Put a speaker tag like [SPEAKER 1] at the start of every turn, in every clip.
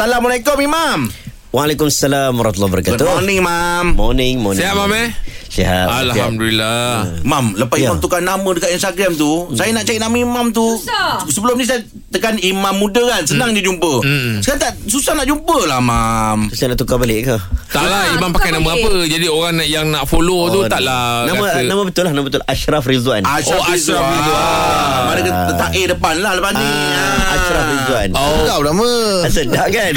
[SPEAKER 1] Assalamualaikum Imam
[SPEAKER 2] Waalaikumsalam warahmatullahi
[SPEAKER 1] Good
[SPEAKER 2] wabarakatuh.
[SPEAKER 1] morning Imam
[SPEAKER 2] Morning, morning.
[SPEAKER 3] Sihat, Mam, eh?
[SPEAKER 2] Sihat.
[SPEAKER 3] Alhamdulillah.
[SPEAKER 1] Mam, lepas
[SPEAKER 2] Ya.
[SPEAKER 1] Imam tukar nama dekat Instagram tu Saya nak cari nama Imam tu
[SPEAKER 4] Susah.
[SPEAKER 1] Sebelum ni saya tekan Imam muda kan Senang je jumpa Sekarang tak Susah nak jumpa lah Mam
[SPEAKER 2] Sihat. Saya nak tukar balik ke?
[SPEAKER 3] Tak lah
[SPEAKER 4] Ah,
[SPEAKER 3] Imam
[SPEAKER 4] bukan
[SPEAKER 3] pakai nama
[SPEAKER 4] boleh.
[SPEAKER 3] apa Jadi orang nak- yang nak follow tu Tak lah
[SPEAKER 2] Oh, Nama
[SPEAKER 3] kata.
[SPEAKER 2] nama betul lah, nama betul Ashraf Rizwan.
[SPEAKER 1] Oh, Ashraf
[SPEAKER 3] Oh, Ashraf
[SPEAKER 1] Rizwan.
[SPEAKER 3] Rizwan.
[SPEAKER 1] Mana kena letak A depan lah lepas ni
[SPEAKER 2] ah, Ashraf Rizwan. Oh.
[SPEAKER 3] Oh
[SPEAKER 5] Sedap nama
[SPEAKER 2] Sedap kan?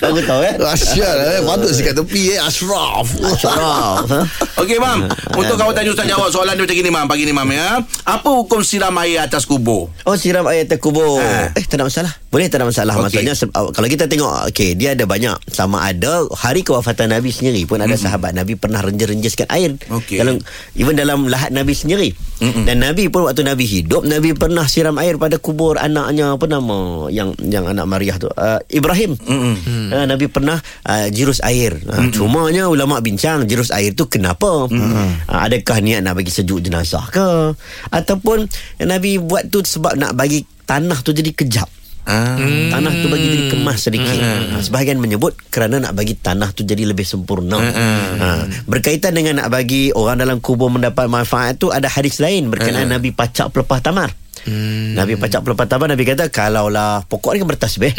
[SPEAKER 2] Aku tahu eh.
[SPEAKER 5] Asyar eh Patut sikat tepi eh Ashraf
[SPEAKER 2] Ashraf. ha?
[SPEAKER 1] Okey mam Untuk kawan tanya Ustaz jawab Soalan dia macam gini mam Pagi ni mam ya Apa hukum siram air atas kubur
[SPEAKER 2] Oh siram air atas kubur
[SPEAKER 1] Ah.
[SPEAKER 2] Eh tak ada masalah Boleh tak ada masalah
[SPEAKER 1] Okey.
[SPEAKER 2] okay. Maksudnya se- uh, Kalau kita tengok okay, Dia ada banyak Sama ada Hari kewafatan Nabi sendiri pun Ada sahabat Nabi pernah renjes-renjeskan air
[SPEAKER 1] Okey.
[SPEAKER 2] dalam, Even dalam lahat Nabi sendiri Mm-mm. Dan Nabi pun Waktu Nabi hidup Nabi pernah siram air pada kubur Anaknya Apa nama Yang yang anak Maria tu uh, Ibrahim Mm-mm. Uh, Nabi pernah uh, Jirus air uh, Cumanya ulama bincang Jirus air tu kenapa Mm-mm. uh, Adakah niat nak bagi sejuk jenazah ke Ataupun Nabi buat tu sebab nak bagi Tanah tu jadi kejap
[SPEAKER 1] Ah.
[SPEAKER 2] Tanah tu bagi jadi kemas sedikit ha, Sebahagian menyebut Kerana nak bagi tanah tu jadi lebih sempurna ha, Berkaitan dengan nak bagi Orang dalam kubur mendapat manfaat tu Ada hadis lain Berkenaan Nabi pacak pelepah tamar Nabi pacak pelepah tamar Nabi kata Kalaulah pokok ni kan bertasbih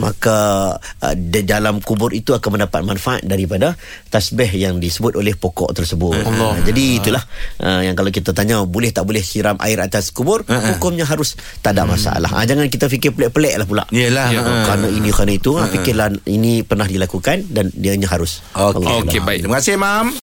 [SPEAKER 2] Maka uh, di dalam kubur itu akan mendapat manfaat Daripada tasbih yang disebut oleh pokok tersebut Allah. Jadi itulah uh, Yang kalau kita tanya Boleh tak boleh siram air atas kubur Hukumnya harus tak ada masalah ha, Jangan kita fikir pelik-pelik lah pula
[SPEAKER 1] Yelah
[SPEAKER 2] Ya. Kerana ini kerana itu ha, Fikirlah ini pernah dilakukan Dan dianya harus
[SPEAKER 1] Ah. Okey
[SPEAKER 2] Allah.
[SPEAKER 3] Okey baik
[SPEAKER 1] Terima kasih mam